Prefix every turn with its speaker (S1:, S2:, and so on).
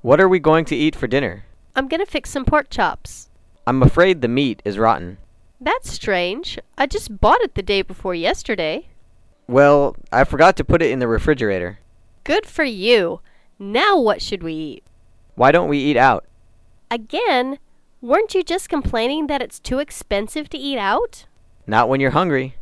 S1: What are we going to eat for dinner?
S2: I'm gonna fix some pork chops.
S1: I'm afraid the meat is rotten.
S2: That's strange. I just bought it the day before yesterday.
S1: Well, I forgot to put it in the refrigerator.
S2: Good for you. Now what should we eat?
S1: Why don't we eat out?
S2: Again, weren't you just complaining that it's too expensive to eat out?
S1: Not when you're hungry.